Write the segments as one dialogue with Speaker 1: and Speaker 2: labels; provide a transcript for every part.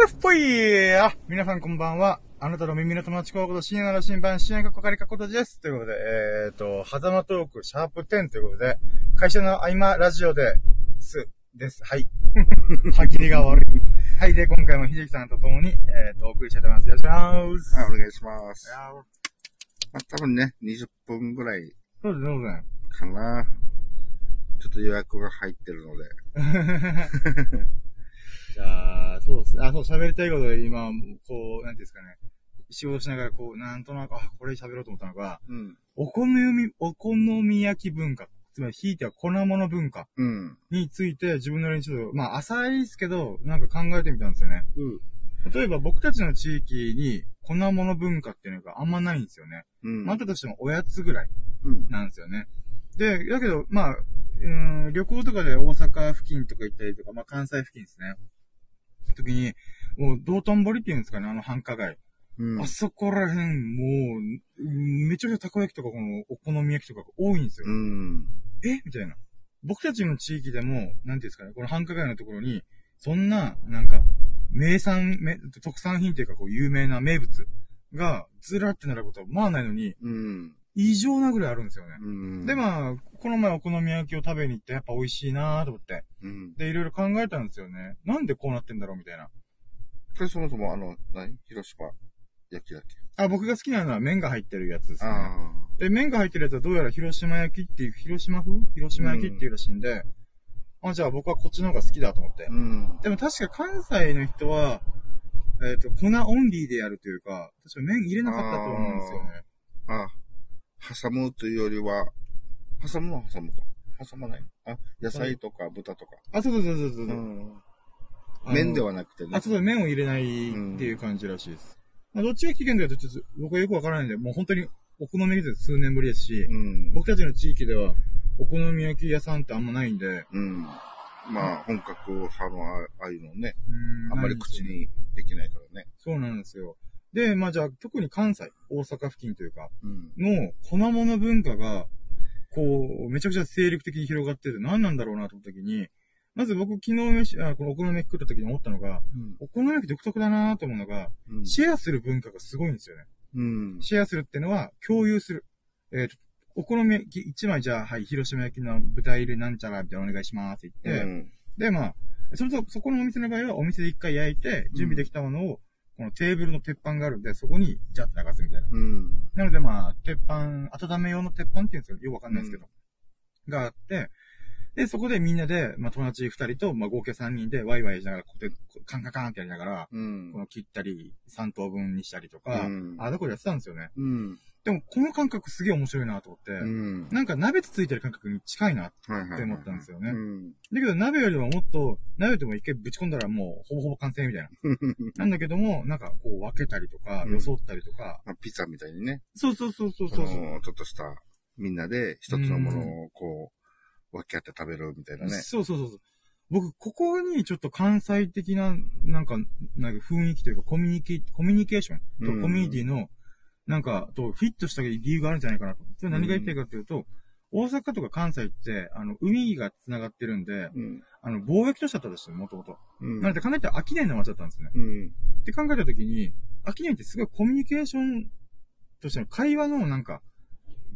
Speaker 1: ラフっぽいあ、皆さんこんばんは。あなたの耳の友達候補と深夜の新版、深夜かこかりかことです。ということで、えっ、ー、と、狭間トーク、シャープ10ということで、会社の合間ラジオです、です。 はい。歯切りが悪い。はい。で、今回も秀樹さんと共に、えっ、と、お送りしたいと思います。よろしくお願いします。
Speaker 2: はい、お願いします。
Speaker 1: いやー
Speaker 2: まあ、多分ね、20分ぐらい
Speaker 1: そうですね、そうですね。
Speaker 2: かな。ちょっと予約が入ってるので。
Speaker 1: じゃあ、そうですね。あ、そう、喋りたいことで今、こう、なんていうんですかね。仕事しながら、こう、なんとなく、あ、これ喋ろうと思ったのが、
Speaker 2: うん。
Speaker 1: お好み、お好み焼き文化。つまり、ひいては粉物文化
Speaker 2: うん。
Speaker 1: について、自分なりにちょっと、まあ、浅いですけど、なんか考えてみたんですよね。
Speaker 2: うん。
Speaker 1: 例えば、僕たちの地域に、粉物文化っていうのがあんまないんですよね。
Speaker 2: うん。
Speaker 1: まあ、あったとしても、おやつぐらい
Speaker 2: うん。
Speaker 1: なんですよね。で、だけど、まあ、うーん、旅行とかで大阪付近とか行ったりとか、まあ、関西付近ですね。時に、もう、道頓堀っていうんですかね、あの繁華街。
Speaker 2: うん。
Speaker 1: あそこら辺、もう、うんめちゃくちゃたこ焼きとか、この、お好み焼きとかが多いんですよ。
Speaker 2: うん。
Speaker 1: えみたいな。僕たちの地域でも、なんていうんですかね、この繁華街のところに、そんな、なんか、名産、め特産品というか、こう、有名な名物が、ずらって並ぶことは、まあないのに、
Speaker 2: うん。
Speaker 1: 異常なぐらいあるんですよね。
Speaker 2: うん。
Speaker 1: で、、まあ、この前お好み焼きを食べに行って、やっぱ美味しいなーと思って。
Speaker 2: うん。
Speaker 1: で、いろいろ考えたんですよね。なんでこうなってんだろうみたいな。
Speaker 2: それそもそも、あの、何広島焼きだっけ
Speaker 1: あ、僕が好きなのは麺が入ってるやつですね。
Speaker 2: あ
Speaker 1: で、麺が入ってるやつはどうやら広島焼きっていう、広島風広島焼きっていうらしいんで、あ、じゃあ僕はこっちの方が好きだと思って
Speaker 2: あ。。うん。
Speaker 1: でも確か関西の人は、えっ、と、粉オンリーでやるというか、確か麺入れなかったと思うんですよね。
Speaker 2: あ、挟むというよりは、挟むのは挟むか。挟まないあ、野菜とか豚とか。
Speaker 1: あそうそうそうそうそうう、
Speaker 2: ん。
Speaker 1: あの
Speaker 2: 麺ではなくてね。
Speaker 1: あ、そうだ、麺を入れないっていう感じらしいです。まあ、どっちが危険かというと、ちょっと僕はよくわからないんで、もう本当にお好み焼きって数年ぶりですし、
Speaker 2: うん。
Speaker 1: 僕たちの地域ではお好み焼き屋さんってあんまないんで、う
Speaker 2: うん。まあ、本格派のあああいうのね、
Speaker 1: ー
Speaker 2: あんまり口。にできないからね。
Speaker 1: そうなんですよ。で、まあじゃあ、特に関西、大阪付近というか、
Speaker 2: うん。
Speaker 1: の粉物文化が、こう、めちゃくちゃ精力的に広がってて、何なんだろうなと思った時に、まず僕昨日飯、あ、このお好み焼き食った時に思ったのが、お好み焼き独特だなと思うのが、
Speaker 2: うん。
Speaker 1: シェアする文化がすごいんですよね。
Speaker 2: うん。
Speaker 1: シェアするってのは、共有する。えっ、と、お好み焼き1枚じゃあ、はい、広島焼きの豚入りなんちゃらみたいなお願いしますって言って、
Speaker 2: うん
Speaker 1: で、まあ、それと、そこのお店の場合は、お店で一回焼いて、準備できたものを、このテーブルの鉄板があるんで、そこに、ジャッて流すみたいな。
Speaker 2: うん。
Speaker 1: なので、まあ、鉄板、温め用の鉄板っていうんですよ。よくわかんないですけど。があって、で、そこでみんなで、まあ、友達2人と、まあ、合計3人で、ワイワイしながら、こうやってカンカンカンってやりながら、
Speaker 2: うん
Speaker 1: こ。の切ったり、3等分にしたりとか、
Speaker 2: うん
Speaker 1: あ、だこでやってたんですよね。
Speaker 2: うん。
Speaker 1: でも、この感覚すげえ面白いなと思って、
Speaker 2: うん。
Speaker 1: なんか鍋つついてる感覚に近いな。だ
Speaker 2: はいはいは
Speaker 1: っ
Speaker 2: い。
Speaker 1: て思ったんですよね
Speaker 2: うん。
Speaker 1: けど鍋よりはもっと、鍋でも一回ぶち込んだらもうほぼほぼ完成みたいな。なんだけども、なんかこう分けたりとか、
Speaker 2: うん
Speaker 1: よそったりとか、
Speaker 2: まあピザみたいにね、
Speaker 1: そうそうそうそう
Speaker 2: そ
Speaker 1: そう
Speaker 2: の
Speaker 1: そう、
Speaker 2: ちょっとした、みんなで一つのものをこう、分け合って食べるみたいなね。
Speaker 1: そうそうそうそう。僕、ここにちょっと関西的な、なんか、なんか雰囲気というかコミュニケ、コミュニケーションと
Speaker 2: うん
Speaker 1: コミュニティの、なんか、とフィットした理由があるんじゃないかなと。それ何が言いたいかというと、大阪とか関西って、あの、海が繋がってるんで、
Speaker 2: うん。
Speaker 1: あの、貿易都市だったんですよ、もともと。
Speaker 2: うん。
Speaker 1: なので、考えたら商いの街だったんですね。
Speaker 2: うん。
Speaker 1: って考えたときに、商いってすごいコミュニケーションとしての会話のなんか、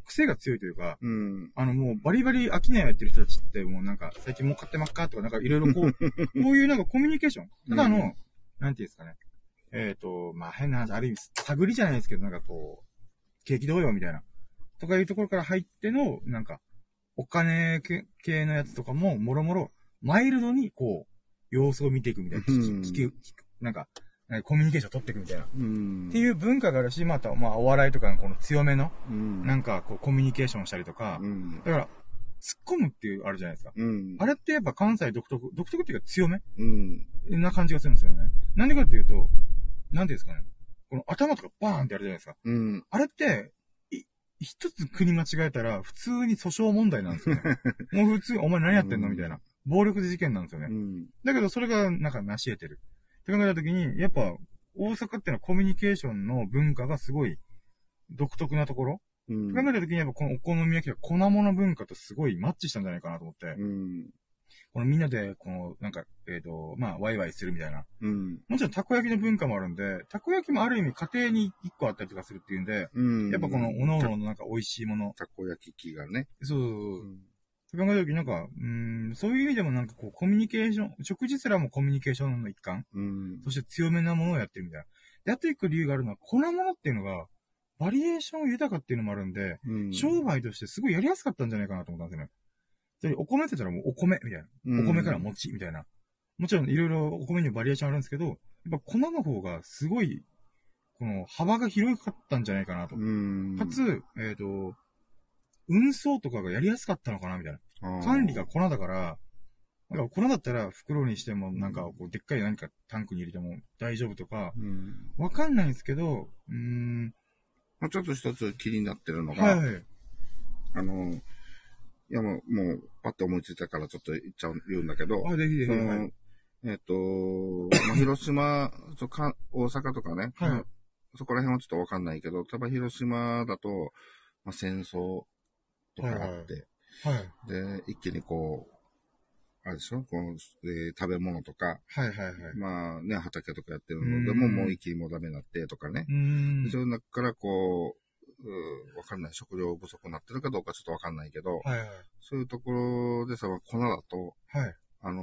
Speaker 1: 癖が強いというか、
Speaker 2: うん。
Speaker 1: あのもうバリバリ商いをやってる人たちってもうなんか最近もう買ってまっかとかなんかいろいろ こう、こういうなんかコミュニケーション。ただの、
Speaker 2: うん
Speaker 1: なんていうんですかね。えっ、と、まあ変な話、ある意味探りじゃないですけど、なんかこう、景気どうよみたいな。とかいうところから入っての、なんか、お金系系のやつとかも、もろもろ、マイルドにこう、様子を見ていくみたいな。聞き
Speaker 2: うん
Speaker 1: 聞き、聞くなんか、なんかコミュニケーション取っていくみたいな。っ
Speaker 2: うん。
Speaker 1: ていう文化があるし、また、まあお笑いとかのこの強めの、
Speaker 2: うん。
Speaker 1: なんかこうコミュニケーションをしたりとか、
Speaker 2: うん。
Speaker 1: だから、突っ込むっていうあるじゃないですか。
Speaker 2: うん。
Speaker 1: あれってやっぱ関西独特、独特っていうか強め
Speaker 2: うん。
Speaker 1: な感じがするんですよね。なんでかっていうと、なんていうんですかね。この頭とかバーンってやるじゃないですか。
Speaker 2: うん。
Speaker 1: あれって、い一つ国間違えたら普通に訴訟問題なんです よね。もう普通、お前何やってんのみたいな。暴力事件なんですよね。
Speaker 2: うん。
Speaker 1: だけどそれがなんか成し得てる。って考えたときに、やっぱ大阪ってのはコミュニケーションの文化がすごい独特なところ
Speaker 2: うん。
Speaker 1: 考えた時にやっぱこのお好み焼きが粉物文化とすごいマッチしたんじゃないかなと思って、
Speaker 2: うん。
Speaker 1: このみんなで、この、なんか、えっ、と、まあ、ワイワイするみたいな。
Speaker 2: うん。
Speaker 1: もちろんたこ焼きの文化もあるんで、たこ焼きもある意味家庭に一個あったりとかするっていうんで、
Speaker 2: うん。
Speaker 1: やっぱこの、おのおののなんか美味しいもの。
Speaker 2: た、たこ焼き器がね。
Speaker 1: そうそうそうそう。そう考えたとき、なんか、うーん、そういう意味でもなんかこう、コミュニケーション、食事すらもコミュニケーションの一環
Speaker 2: うん。
Speaker 1: そして強めなものをやってるみたいな。やっていく理由があるのは、このものっていうのが、バリエーション豊かっていうのもあるんで、
Speaker 2: うん。
Speaker 1: 商売としてすごいやりやすかったんじゃないかなと思ったんですよね。でお米って言ったらもうお米みたいな。お米から
Speaker 2: も。
Speaker 1: 餅みたいな。もちろんいろいろお米にもバリエーションあるんですけど、やっぱ粉の方がすごい、この幅が広かったんじゃないかなと。
Speaker 2: うん。
Speaker 1: かつ、えっ、と、運送とかがやりやすかったのかなみたいな。管理が粉だから、だから粉だったら袋にしても、なんか、こう、でっかい何かタンクに入れても大丈夫とか、
Speaker 2: うん。
Speaker 1: わかんないんですけど、うーん、
Speaker 2: まあちょっと一つ気になってるのが、
Speaker 1: はいはい。
Speaker 2: あの、いやもう、もう、パッと思いついたからちょっと言っちゃう、言うんだけど、
Speaker 1: あ、ぜひぜひ。
Speaker 2: その
Speaker 1: はい
Speaker 2: えっ、と、まあ、広島そうか、大阪とかね、
Speaker 1: はい
Speaker 2: そこら辺はちょっとわかんないけど、例えば広島だと、まあ、戦争とかあって、
Speaker 1: はい。
Speaker 2: で、一気にこう、あれでしょこの、えー食べ物とか、
Speaker 1: はいはいはい。
Speaker 2: まあね、畑とかやってる
Speaker 1: うん
Speaker 2: ので、もうもう一気にもうダメになってとかね
Speaker 1: う。ーん。
Speaker 2: その中からこう、うんわかんない。食料不足になってるかどうかちょっとわかんないけど、
Speaker 1: はいはい。
Speaker 2: そういうところでさ、まあ粉だと、
Speaker 1: はい。
Speaker 2: あのー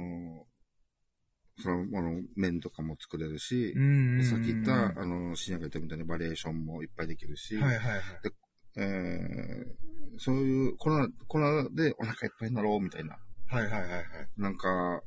Speaker 2: その、あの、麺とかも作れるし
Speaker 1: う、ーん。
Speaker 2: さっき言っ
Speaker 1: は
Speaker 2: た、あの、深夜が言ったみたいにバリエーションもいっぱいできるし、
Speaker 1: いはいはい。
Speaker 2: えーそういう、粉、粉でお腹いっぱいになろうみたいな。
Speaker 1: はいはいはいはい。
Speaker 2: なんか、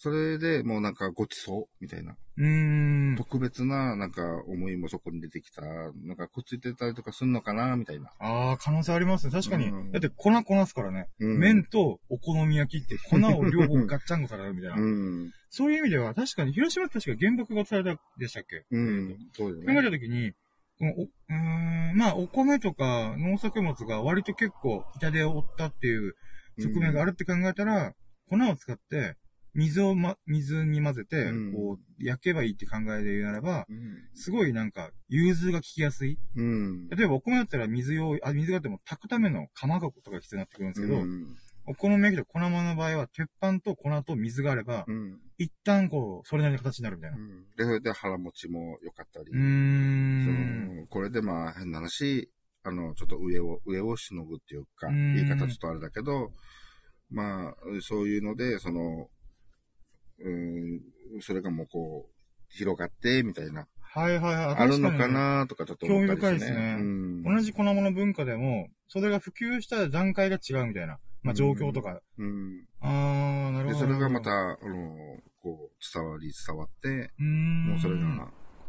Speaker 2: それでもうなんかごちそうみたいな。
Speaker 1: うーん。
Speaker 2: 特別ななんか思いもそこに出てきた。なんかくっついてたりとかすんのかなみたいな。
Speaker 1: ああ、可能性ありますね。確かに
Speaker 2: うん。
Speaker 1: だって粉粉っすからね。
Speaker 2: うん
Speaker 1: 麺とお好み焼きって粉を両方ガッチャンコされるみたいな
Speaker 2: う。ん。
Speaker 1: そういう意味では、確かに、広島って確か原爆がされたでしたっけ
Speaker 2: うん。そうだ
Speaker 1: 考え
Speaker 2: よね。
Speaker 1: たときに、このお、うーん、まあ、お米とか農作物が割と結構痛手を負ったっていう側面があるって考えたら、粉を使って、水をま、水に混ぜて
Speaker 2: うん、
Speaker 1: こう、焼けばいいって考えで言うならば、
Speaker 2: うん。
Speaker 1: すごいなんか、融通が効きやすい。
Speaker 2: うん。
Speaker 1: 例えばお米だったら水用、あ、水があっても炊くための釜がとか必要になってくるんですけど、
Speaker 2: うん。
Speaker 1: お好み焼きと粉まんの場合は、鉄板と粉と水があれば、
Speaker 2: うん。
Speaker 1: 一旦こう、それなりの形になるみたいな。
Speaker 2: で、それで腹持ちも良かったり。
Speaker 1: うーん。
Speaker 2: そのこれでまあ変な話、あの、ちょっと上を、上をしのぐっていうか、
Speaker 1: うん
Speaker 2: 言い方ちょっとあれだけど、まあ、そういうので、その、うん、それがもうこう、広がって、みたいな、
Speaker 1: はいはいはい。
Speaker 2: あるの
Speaker 1: 確
Speaker 2: か
Speaker 1: に
Speaker 2: なとかちょっと思ったりして、ね。
Speaker 1: 興味深いですね
Speaker 2: うん。
Speaker 1: 同じ粉物文化でも、それが普及した段階が違うみたいな。まあ状況とか。
Speaker 2: うん。
Speaker 1: あー、なる
Speaker 2: で、
Speaker 1: ほど。
Speaker 2: それがまた、、あの、こう、伝わり伝わって、
Speaker 1: うーん。
Speaker 2: もうそれが、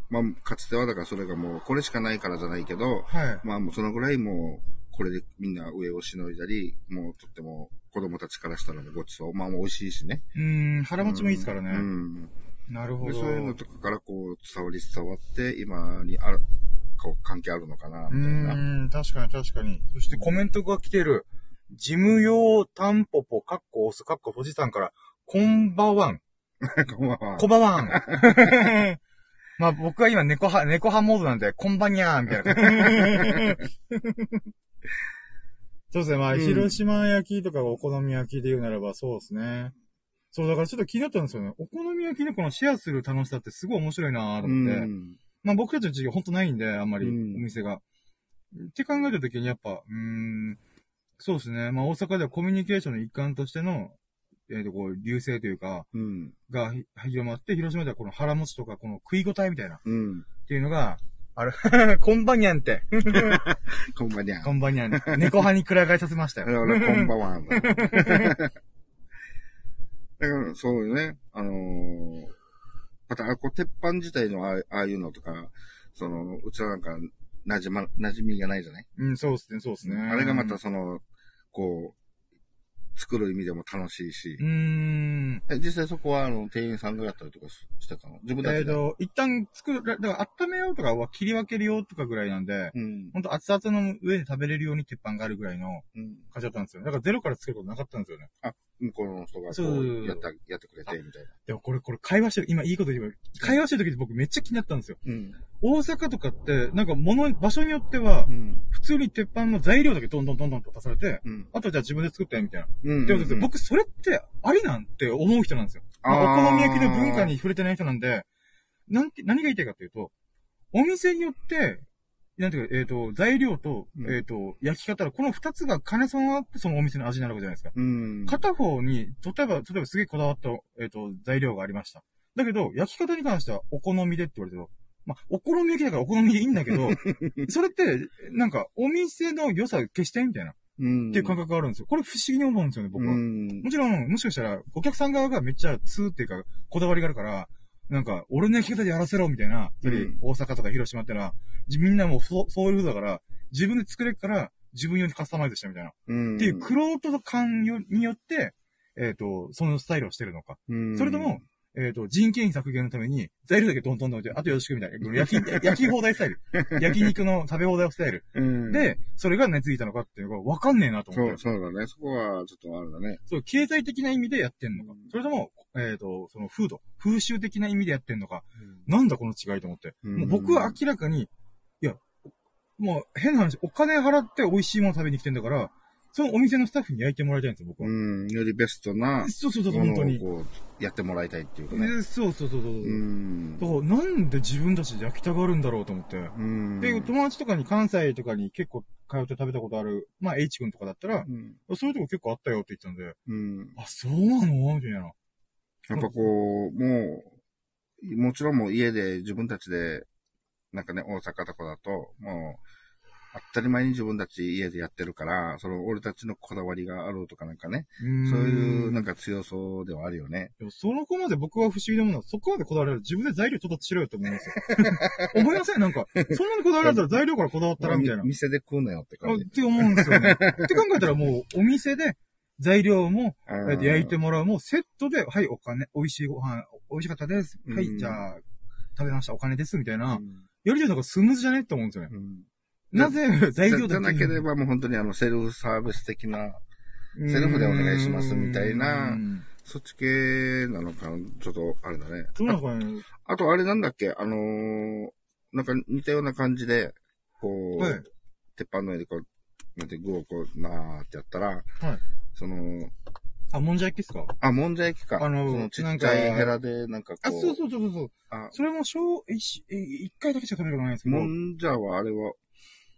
Speaker 2: まあ、かつてはだからそれがもう、これしかないからじゃないけど、
Speaker 1: はい。
Speaker 2: まあもうそのぐらいもう、これでみんな上をしのいだり、もうとっても子供たちからしたらもうごちそう。まあもう美味しいしね。
Speaker 1: うーん、腹持ちもいいですからね。
Speaker 2: うん。
Speaker 1: なるほ
Speaker 2: で
Speaker 1: ど。
Speaker 2: そういうのとかからこう伝わり伝わって、今にある、こう関係あるのかな、
Speaker 1: う
Speaker 2: みたいな。
Speaker 1: ーん、確かに確かに。そしてコメントが来てる、事務用タンポポ、カッコオス、カッコ富士山から、こんばわん。
Speaker 2: こんばんは
Speaker 1: こばわん。 まあ僕は今猫派、猫派モードなんで、こんばにゃーみたいな感 じ。そうですね。まあ、
Speaker 2: うん
Speaker 1: 広島焼きとかお好み焼きで言うならばそうですね。そう、だからちょっと気になったんですよね。お好み焼きのこのシェアする楽しさってすごい面白いなーと
Speaker 2: う
Speaker 1: 思って。
Speaker 2: ん。
Speaker 1: まあ僕たちの地域ほんとないんで、あんまりお
Speaker 2: うん
Speaker 1: 店が。って考えたときにやっぱ、うーん、そうですね。まあ大阪ではコミュニケーションの一環としての、えっ、と、こう、流星というか、
Speaker 2: うん。
Speaker 1: がひ広まって、広島ではこの腹持ちとか、この食い応えみたいな、っ
Speaker 2: うん。
Speaker 1: ていうのが、あれ、 こんばんにゃんって。
Speaker 2: こんばんにゃ。
Speaker 1: こんばんにゃん。猫派にくら替えさせました
Speaker 2: あ
Speaker 1: よ。
Speaker 2: れあれ、こんばんは。だから、そうよね。あのーまた、あこう、鉄板自体のああああいうのとか、その、うちはなんか、なじま、馴染みがないじゃない
Speaker 1: うん、そうですね、そうですね。
Speaker 2: あれがまた、その、こう、作る意味でも楽しいし
Speaker 1: うー。ん。
Speaker 2: え実際そこは、あの、店員さんがやったりとかししてたの自分
Speaker 1: え
Speaker 2: た
Speaker 1: っ、
Speaker 2: ちで。
Speaker 1: と、一旦作る、だから温めようとかは切り分けるよとかぐらいなんで、
Speaker 2: うん。
Speaker 1: ほんと熱々の上で食べれるように鉄板があるぐらいの
Speaker 2: うん。
Speaker 1: 感じだったんですよ。だからゼロから作ることなかったんですよね。
Speaker 2: 向こうの人が、
Speaker 1: そ
Speaker 2: こ
Speaker 1: う
Speaker 2: う、やった、やってくれて、みたいな。
Speaker 1: でもこれ、これ会話してる、今いいこと言えば、会話してる時って僕めっちゃ気になったんですよ。
Speaker 2: うん。
Speaker 1: 大阪とかって、なんか物、場所によっては
Speaker 2: う、ん。
Speaker 1: 普通に鉄板の材料だけどんどんどんどんと足されて、
Speaker 2: うん。
Speaker 1: あとじゃあ自分で作って、みたいな。
Speaker 2: ううん
Speaker 1: ってことで、
Speaker 2: うん
Speaker 1: 僕それってありなんて思う人なんですよ。
Speaker 2: あー
Speaker 1: お好み焼きの文化に触れてない人なんで、なんて、何が言いたいかっていうと、お店によって、なんていうか、えっ、と、材料と、
Speaker 2: うん
Speaker 1: えっ、と、焼き方のこの二つが兼ね備わってそのお店の味になるわけじゃないですか。
Speaker 2: うん。
Speaker 1: 片方に、例えば、例えばすげえこだわった、えっ、と、材料がありました。だけど、焼き方に関してはお好みでって言われてると、まあ、お好み焼きだからお好みでいいんだけ ど、それって、なんか、お店の良さ消してみたいな、っ
Speaker 2: うん。
Speaker 1: ていう感覚があるんですよ。これ不思議に思うんですよね、僕は。
Speaker 2: うん
Speaker 1: も。ちろん、もしかしたら、お客さん側がめっちゃ通っていうか、こだわりがあるから、なんか、俺の焼き方でやらせろ、みたいな、
Speaker 2: うん
Speaker 1: やっぱり大阪とか広島ってのは、じみんなもうソソウルフードだから、自分で作れるから、自分用にカスタマイズしたみたいな。
Speaker 2: うん。
Speaker 1: っていう、黒人の感よによって、えっ、と、そのスタイルをしてるのか。
Speaker 2: うん
Speaker 1: それとも、、えっ、と、人件費削減のために、材料だけどんどんどん置いて、あとよろしくみたいな。焼 き、焼き放題スタイル。焼肉の食べ放題スタイル。
Speaker 2: うん、
Speaker 1: で、それが根付いたのかっていうのが分かんねえなと思っ
Speaker 2: そ
Speaker 1: て
Speaker 2: う、。そうだね。そこは、ちょっとあるだね。
Speaker 1: そう、経済的な意味でやってんのか。それとも、えっ、と、その風土、風習的な意味でやってんのか。なんだこの違いと思って。
Speaker 2: うん
Speaker 1: もう僕は明らかに、いや、もう変な話、お金払って美味しいもの食べに来てんだから、そのお店のスタッフに焼いてもらいたいんですよ、僕は。
Speaker 2: うん。よりベストな、
Speaker 1: そうそうそう、
Speaker 2: も
Speaker 1: 本当
Speaker 2: の
Speaker 1: に
Speaker 2: を。こう、やってもらいたいっていうか
Speaker 1: え
Speaker 2: ね。
Speaker 1: ーそうそうそうそう。
Speaker 2: う。
Speaker 1: うんだからなんで自分たちで焼きたがるんだろうと思って。
Speaker 2: うん。
Speaker 1: で、友達とかに関西とかに結構通って食べたことある、まあ H 君とかだったら、
Speaker 2: うん。
Speaker 1: そういうとこ結構あったよって言ってたんで、
Speaker 2: うん。
Speaker 1: あ、そうなのみたいな。
Speaker 2: やっぱこう、もう、もちろんもう家で自分たちで、なんかね、大阪とかだと、もう、当たり前に自分たち家でやってるから、その俺たちのこだわりがあろうとかなんかね、
Speaker 1: そう
Speaker 2: そういうなん
Speaker 1: か。
Speaker 2: か強そうではあるよね。
Speaker 1: でもその子まで僕は不思議なものは、そこまでこだわれる。自分で材料調達しろよって思いますよ。思いませんなんか、そんなにこだわられたら材料からこだわったらみたいな。
Speaker 2: 店で食うなよって
Speaker 1: あ
Speaker 2: 感
Speaker 1: っ
Speaker 2: じ。
Speaker 1: て思うんですよね。って考えたらもう、お店で材料も、
Speaker 2: あ
Speaker 1: えっ
Speaker 2: ー
Speaker 1: と焼いてもらうもうセットで、はい、お金、美味しいご飯、美味しかったです。は
Speaker 2: う
Speaker 1: い、
Speaker 2: ん
Speaker 1: じゃあ、食べました、お金です、みたいな
Speaker 2: う。ん
Speaker 1: やりとりの方がスムーズじゃねって思うんですよね。
Speaker 2: うん
Speaker 1: なぜ、材
Speaker 2: じ
Speaker 1: 料
Speaker 2: ゃじ
Speaker 1: だ
Speaker 2: ゃな
Speaker 1: け
Speaker 2: ければもう本当にあのセルフサービス的な、セルフでお願いしますみたいな
Speaker 1: うん
Speaker 2: そっち系なのか、ちょっとあれだね。
Speaker 1: そうなんかね、
Speaker 2: あとあれなんだっけあのーなんか似たような感じで、こう、
Speaker 1: はい
Speaker 2: 鉄板の上でこう、なんて具をこう、なーってやったら、その、
Speaker 1: あ、もんじゃ焼きですか
Speaker 2: あ、もんじゃ焼きか。
Speaker 1: あのー
Speaker 2: そのち
Speaker 1: な
Speaker 2: っ
Speaker 1: ん
Speaker 2: ち
Speaker 1: か
Speaker 2: ゃいヘラで、なんかこう、
Speaker 1: あ、そうそうそうそうそう。
Speaker 2: あ
Speaker 1: それも小、一、一回だけしか食べることないんですけど
Speaker 2: も。んじゃはあれは、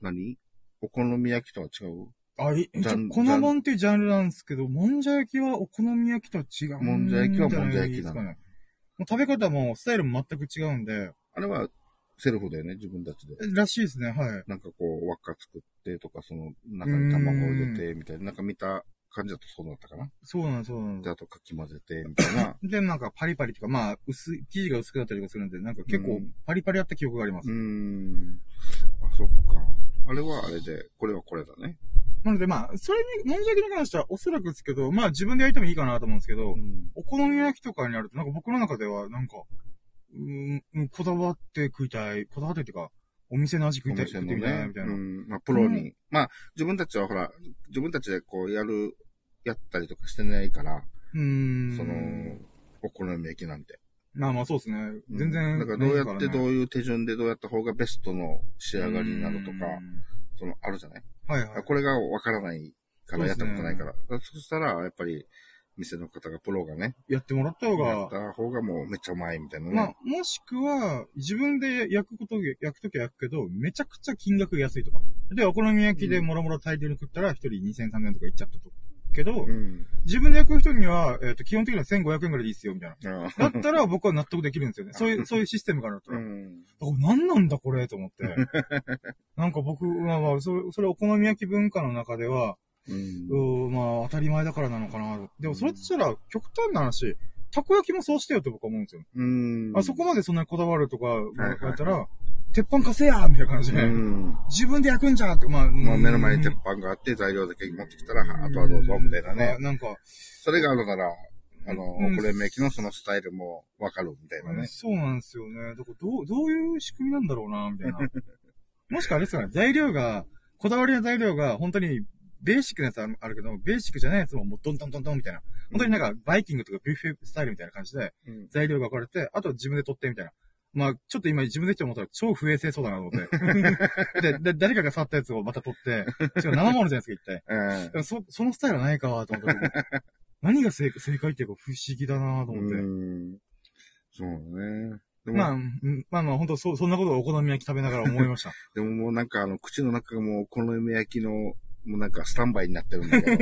Speaker 2: 何お好み焼きとは違う
Speaker 1: あ、え、え
Speaker 2: ジャン
Speaker 1: ちょこの番っていうジャンルなんですけど、もんじゃ焼きはお好み焼きとは違う。
Speaker 2: もんじゃ焼きはもんじゃ焼き
Speaker 1: です
Speaker 2: なの
Speaker 1: かね。もう食べ方も、スタイルも全く違うんで、
Speaker 2: あれは、セルフだよね、自分たちで。
Speaker 1: らしいですね、はい。
Speaker 2: なんかこう、輪っか作ってとか、その、中に卵を入れて、みたいな、なんか見た感じだとそうだったかな。
Speaker 1: そうなんです、そうなん
Speaker 2: で、
Speaker 1: で
Speaker 2: あとかき混ぜて、みたいな。
Speaker 1: す。で、なんかパリパリとか、まあ、薄い、生地が薄くなったりとかするんで、なんか結
Speaker 2: う
Speaker 1: 構
Speaker 2: ん
Speaker 1: パリパリやった記憶がありま
Speaker 2: う
Speaker 1: す。
Speaker 2: ーん。あ、そっか。あれはあれで、これはこれだね。
Speaker 1: なのでまあ、それに、もんじゃ焼きに関してはおそらくですけど、まあ自分で焼いてもいいかなと思うんですけど、
Speaker 2: ん。
Speaker 1: お好み焼きとかになると、なんか僕の中では、なんか、うーんうん、こだわって食いたい、こだわってっていうか、お店の味食いたい、食ってみたいな、みたいな。
Speaker 2: う
Speaker 1: うん
Speaker 2: ん。まあ、プロに。まあ、自分たちはほら、自分たちでこう、やる、やったりとかしてないから、
Speaker 1: ーん。
Speaker 2: その、お好み焼きなんて。
Speaker 1: まあまあそうですね。
Speaker 2: うん
Speaker 1: 全然、
Speaker 2: だからどうやってど
Speaker 1: う
Speaker 2: ういう手順でどうやった方がベストの仕上がりになるとか、その、あるじゃない
Speaker 1: か。はいはい。
Speaker 2: これがわからないから、
Speaker 1: そ
Speaker 2: やっ
Speaker 1: う
Speaker 2: た
Speaker 1: ですね
Speaker 2: ことないから。だからそしたら、やっぱり、店の方が、プロがね、
Speaker 1: やってもらった方
Speaker 2: や
Speaker 1: が、
Speaker 2: った方がもうめっちゃうまいみたいなね。
Speaker 1: まあ、もしくは、自分で焼くこと、焼くときは焼くけど、めちゃくちゃ金額が安いとか。で、お好み焼きでもろもろ大量に食ったら、一人2000、3000とかいっちゃったと。けど、
Speaker 2: うん。
Speaker 1: 自分で焼く人には、えっ、と、基本的には1500円ぐらいでいいっすよ、みたいな。
Speaker 2: あ
Speaker 1: だったら僕は納得できるんですよね。そういう、そういうシステムからだった
Speaker 2: う
Speaker 1: ら。
Speaker 2: ん。
Speaker 1: だから何なんだこれと思 って。なんか僕は、まあ、それ、それお好み焼き文化の中では、
Speaker 2: うん
Speaker 1: うーまあ、当たり前だからなのかなと。でもそれとしたら、極端な話、たこ焼きもそうしてよって僕は思うんですよ。
Speaker 2: うん。
Speaker 1: あそこまでそんなにこだわるとか、
Speaker 2: はいはい
Speaker 1: やったら、鉄板貸せやみたいな感じで、
Speaker 2: うん。
Speaker 1: 自分で焼くんじゃって、まあ、
Speaker 2: ま
Speaker 1: も
Speaker 2: あ目の前に鉄板があって材料だけ持ってきたら、あとはどうぞ、みたいなね。
Speaker 1: なんか、
Speaker 2: それがあるなら、あの、
Speaker 1: うん
Speaker 2: これメイキのそのスタイルもわかる、みたいなね。
Speaker 1: そうなんですよね。だからどう、どういう仕組みなんだろうな、み たいな。もしくはあれですかね、材料が、こだわりの材料が、本当に、ベーシックなやつあるけど、ベーシックじゃないやつも、もう、どんどんどんどんみたいな。本当になんか、バイキングとかビュッフェスタイルみたいな感じで、
Speaker 2: うん
Speaker 1: 材料が分かれて、あとは自分で取ってみたいな。まあ、ちょっと今自分で言って思ったら超不衛生そうだなと思 って。でで、誰かが触ったやつをまた取って、しかも生ものじゃないですか、一体。
Speaker 2: うん
Speaker 1: でもそ、そのスタイルはないか、と思って。何が正正解っていうか不思議だなと思って。
Speaker 2: うん。そうね。でも、
Speaker 1: まあ、うんまあまあ、本当そう、そんなことをお好み焼き食べながら思いました。
Speaker 2: でももうなんかあの、口の中がもうお好み焼きの、もうなんかスタンバイになってるんだけ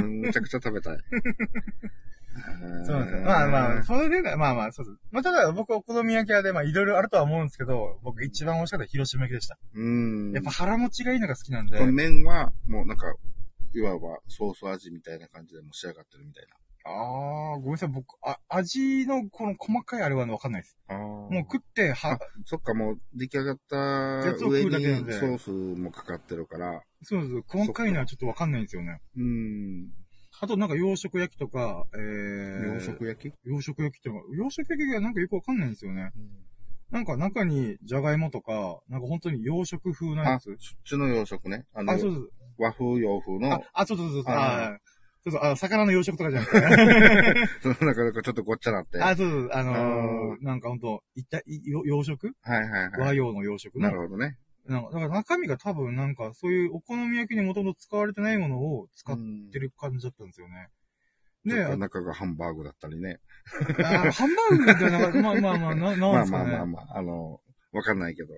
Speaker 2: ど、うんむちゃくちゃ食べたい。
Speaker 1: そうなんですよ。まあまあ、それで、まあまあ、そうです。まあ、ただ僕お好み焼き屋で、まあ、いろいろあるとは思うんですけど、僕一番美味しかったのは広島焼きでした。
Speaker 2: うん。
Speaker 1: やっぱ腹持ちがいいのが好きなんで
Speaker 2: こ、の麺は、もうなんか、いわばソース味みたいな感じでもう仕上がってるみたいな。
Speaker 1: ああ、ごめんなさい、僕、あ味のこの細かいあれはねわかんないです。
Speaker 2: ああ。
Speaker 1: もう食って、は
Speaker 2: あ、そっか、もう出来上がった
Speaker 1: やつを
Speaker 2: 上
Speaker 1: 食う
Speaker 2: に
Speaker 1: だけなんで
Speaker 2: ソースもかかってるから、
Speaker 1: そうそう、細かいのはちょっとわかんないんですよね。
Speaker 2: うん。
Speaker 1: あとなんか洋食焼きとか、えー、
Speaker 2: 洋食焼き、
Speaker 1: 洋食焼きっていうのが、洋食焼きがなんかよくわかんないんですよね。なんか中にじゃがいもとか、なんか本当に洋食風なや
Speaker 2: あ、
Speaker 1: つ
Speaker 2: そっ。ちの洋食ね。あの、
Speaker 1: あ、そうそう。
Speaker 2: 和風洋風
Speaker 1: あ
Speaker 2: の、、
Speaker 1: あ、そうそうそうそう。
Speaker 2: あ
Speaker 1: あそうそう、あ、魚の洋食とかじゃなく て。
Speaker 2: その中でちょっとごっち ゃなって。は
Speaker 1: あ、
Speaker 2: い
Speaker 1: そうそう、あのー、
Speaker 2: あ
Speaker 1: なんかほんと、いった、い洋洋食
Speaker 2: はいは
Speaker 1: 和
Speaker 2: い。
Speaker 1: 洋の洋食の
Speaker 2: なるほどね。
Speaker 1: なんか、だから中身が多分なんか、そういうお好み焼きにもともと使われてないものを使ってる感じだったんですよね。
Speaker 2: うん。
Speaker 1: で、
Speaker 2: ちょっ
Speaker 1: あ
Speaker 2: と中がハンバーグだったりね。
Speaker 1: あハンバーグみたいな、まあまあまあ、ななん
Speaker 2: ま
Speaker 1: で
Speaker 2: あ
Speaker 1: す
Speaker 2: ま
Speaker 1: か
Speaker 2: あ
Speaker 1: ね。
Speaker 2: まあまあ、あの、わかんないけど、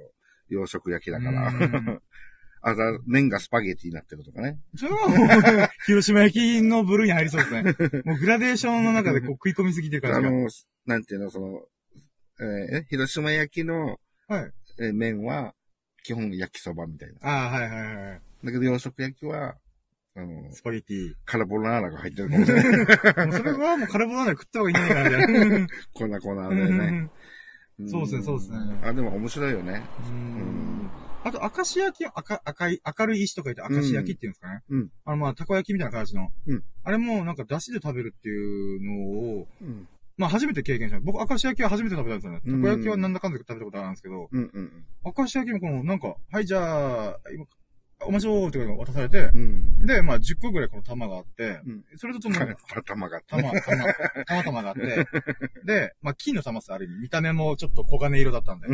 Speaker 2: 洋食焼きだから
Speaker 1: うん。
Speaker 2: あ、だ麺がスパゲティになってるとかね。
Speaker 1: それはもう、 広島焼きの部類に入りそうですね。もうグラデーションの中でこう食い込みすぎてる
Speaker 2: あ
Speaker 1: 感じが。
Speaker 2: の、なんていうの、その、えーえ広島焼きの、
Speaker 1: はい
Speaker 2: えー麺は、基本焼きそばみたいな。
Speaker 1: ああ、はいはいはいはい。
Speaker 2: だけど洋食焼きは、あの、
Speaker 1: スパゲティ。
Speaker 2: カラボナーラが入ってるかもしれな い。
Speaker 1: もうそれはもうカルボナーラ食った方がいいんじゃないかな み
Speaker 2: こんなこんな
Speaker 1: たい
Speaker 2: で
Speaker 1: な
Speaker 2: ね。ん
Speaker 1: そうですねそうですね
Speaker 2: あ、でも面白いよね。
Speaker 1: うんあと、明石焼き、赤、赤い、明るい石とか言って明石焼きっていうんですかね。
Speaker 2: うんうん
Speaker 1: あの、まあ、たこ焼きみたいな形の。
Speaker 2: うん
Speaker 1: あれも、なんか、出汁で食べるっていうのを、
Speaker 2: うん。
Speaker 1: まあ、初めて経験した。僕、明石焼きは初めて食べたんですよね。
Speaker 2: うん
Speaker 1: たこ焼きはなんだかんだ食べたことあるんですけど、
Speaker 2: うんうん
Speaker 1: 明石焼きもこの、なんか、はい、じゃあ、今、お待ちをって渡されて
Speaker 2: う、ん。うん。
Speaker 1: で、まあ、10個ぐらいこの玉があって、
Speaker 2: うん
Speaker 1: それとともに、
Speaker 2: 頭があったね。
Speaker 1: 玉、玉、玉 玉があって、で、まあ、金の玉っす、ある意味。見た目もちょっと黄金色だったん で。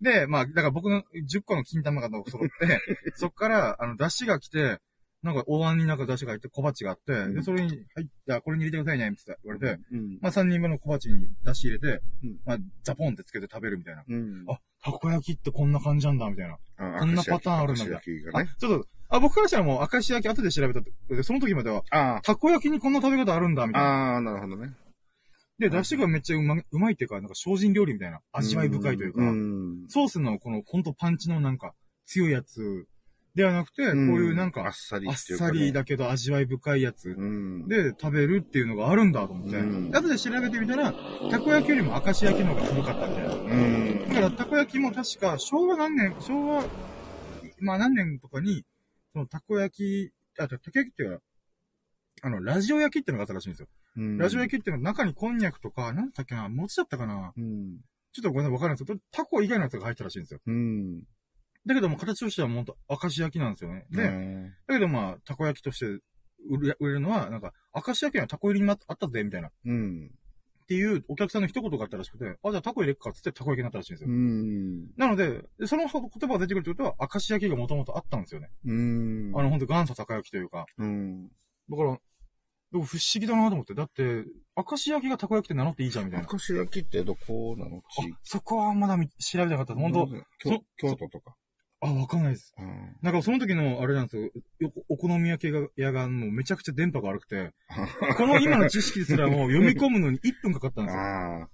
Speaker 1: で、まあ、だから僕の10個の金玉が揃って、そっから、あの、出汁が来て、なんか、お椀になんか出汁が入って、小鉢があって、で、それに、はい、じゃあこれに入れてくださいね、って言われて、
Speaker 2: うん。
Speaker 1: まあ、3人分の小鉢に出汁入れて
Speaker 2: うん、
Speaker 1: まあ、ザポンってつけて食べるみたいな。
Speaker 2: うん。
Speaker 1: あ、たこ焼きってこんな感じなんだ、みたいな。
Speaker 2: あ
Speaker 1: こんなパターンあるんだ
Speaker 2: 明石焼きが
Speaker 1: あ、
Speaker 2: ね。
Speaker 1: ちょっと、あ、僕からしたらもう、明石焼き後で調べたって、その時までは、
Speaker 2: あ
Speaker 1: たこ焼きにこんな食べ方あるんだ、み
Speaker 2: あ。
Speaker 1: たいな。
Speaker 2: ああ、なるほどね。
Speaker 1: で、出汁がめっちゃうまい、うまいっていうか、なんか精進料理みたいな、味わい深いというか、
Speaker 2: うん。
Speaker 1: ソースのこの、ほんとパンチのなんか、強いやつではなくて、こういうなん
Speaker 2: あ
Speaker 1: か
Speaker 2: っ、さり
Speaker 1: あっ
Speaker 2: っていうかね。
Speaker 1: さりだけど味わい深いやつ
Speaker 2: うん。
Speaker 1: で食べるっていうのがあるんだと思って、
Speaker 2: うん
Speaker 1: 後で調べてみたら、たこ焼きよりも明石焼きの方が古かったみたいな。
Speaker 2: うん
Speaker 1: だから、たこ焼きも確か、昭和何年、昭和、まあ何年とかに、そのたこ焼き、あ、たたこ焼きっていうか、あの、ラジオ焼きってのがあったらしいんですよ。
Speaker 2: うん。
Speaker 1: ラジオ焼きっていうのは中にこんにゃくとか、なんだっけな、餅だったかな。
Speaker 2: うん。
Speaker 1: ちょっとごめんなさい、わからないですけど、タコ以外のやつが入ったらしいんですよ。
Speaker 2: うん。
Speaker 1: だけども、形としてはもうほんと、明石焼きなんですよね。で、だ
Speaker 2: ね
Speaker 1: けどまあ、たこ焼きとして売る売れるのは、なんか、明石焼きにはたこ入りになあったぜ、みたいな。っ
Speaker 2: うん。
Speaker 1: ていうお客さんの一言があったらしくて、あ、じゃあタコ入れっか、つってたこ焼きになったらしいんですよ
Speaker 2: う。ん。
Speaker 1: なので、その言葉が出てくるってことは、明石焼きがもともとあったんですよね。
Speaker 2: うん。
Speaker 1: あの、ほんと元祖高焼きというか。
Speaker 2: うん。
Speaker 1: だから、でも不思議だなと思って。だって、明石焼きがたこ焼きって名乗っていいじゃんみたいな。あ、
Speaker 2: 明石焼きってどこなの地域
Speaker 1: そこはまだみ調べてなかった。本当
Speaker 2: 京京都とか。
Speaker 1: あ、わかんないです。
Speaker 2: うん
Speaker 1: なんかその時の、あれなんですよ。よお好み焼きが屋がもうめちゃくちゃ電波が悪く て、この今の知識ですらもう読み込むのに1分かかったんですよ。
Speaker 2: ああ。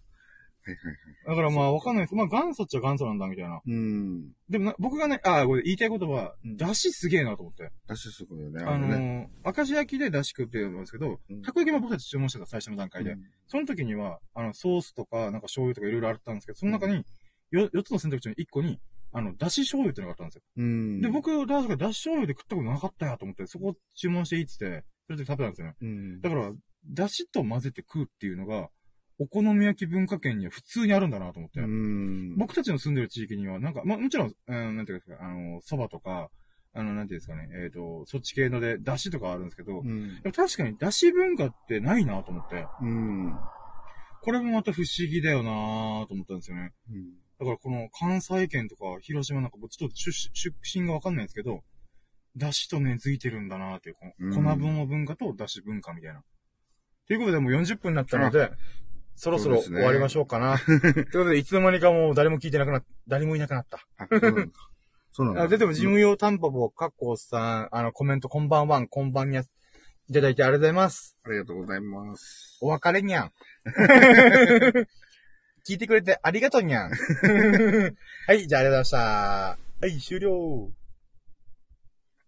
Speaker 1: だからまあわかんないです。まあ元祖っちゃ元祖なんだみたいな。
Speaker 2: うん。
Speaker 1: でもな僕がね、あ、これ言いたいことは、出汁すげえなと思って。
Speaker 2: だしすごいよね。
Speaker 1: あの
Speaker 2: れね、
Speaker 1: ー、明石焼きで出汁食ってるんですけど、
Speaker 2: うん
Speaker 1: たこ焼きも僕たち注文してた最初の段階で。
Speaker 2: うん
Speaker 1: その時には、あの、ソースとか、なんか醤油とかいろいろあったんですけど、その中に、よ、4つの選択肢の1個に、あの、だし醤油ってのがあったんですよ。
Speaker 2: うん。
Speaker 1: で、、僕、だし醤油で食ったことなかったやと思って、そこを注文していいっつって、それで食べたんですよね。
Speaker 2: うん。
Speaker 1: だから、だしと混ぜて食うっていうのが、お好み焼き文化圏には普通にあるんだなと思って。
Speaker 2: うん。
Speaker 1: 僕たちの住んでる地域には、なんか、まあ、もちろん、うん、なんていうんですか、あの、蕎麦とか、あの、なんていうんですかね、えっ、と、そっち系ので、出汁とかあるんですけど、
Speaker 2: うん。
Speaker 1: でも確かに出汁文化ってないなと思って、
Speaker 2: うん。
Speaker 1: これもまた不思議だよなぁと思ったんですよね。
Speaker 2: うん。
Speaker 1: だからこの関西圏とか広島なんかもちょっと出出身がわかんないんですけど、出汁と根付いてるんだなっていう、この
Speaker 2: うん
Speaker 1: 粉分の文化と出汁文化みたいな。ということでもう40分になったので、そろそろ
Speaker 2: そう
Speaker 1: 終
Speaker 2: ですね
Speaker 1: わりましょうか な。ということで、いつの間にかもう誰も聞いてなくなっ誰もいなくなった。
Speaker 2: あ、そうそうなんだ。
Speaker 1: あで、でも、事務用タンポポ、カッコさん、あの、コメント、こんばんは、こんばんにゃ、いただいてありがとうございます。
Speaker 2: ありがとうございます。
Speaker 1: お別れにゃん。 聞いてくれてありがとうにゃん。はい、じゃあありがとうございました。はい、終了。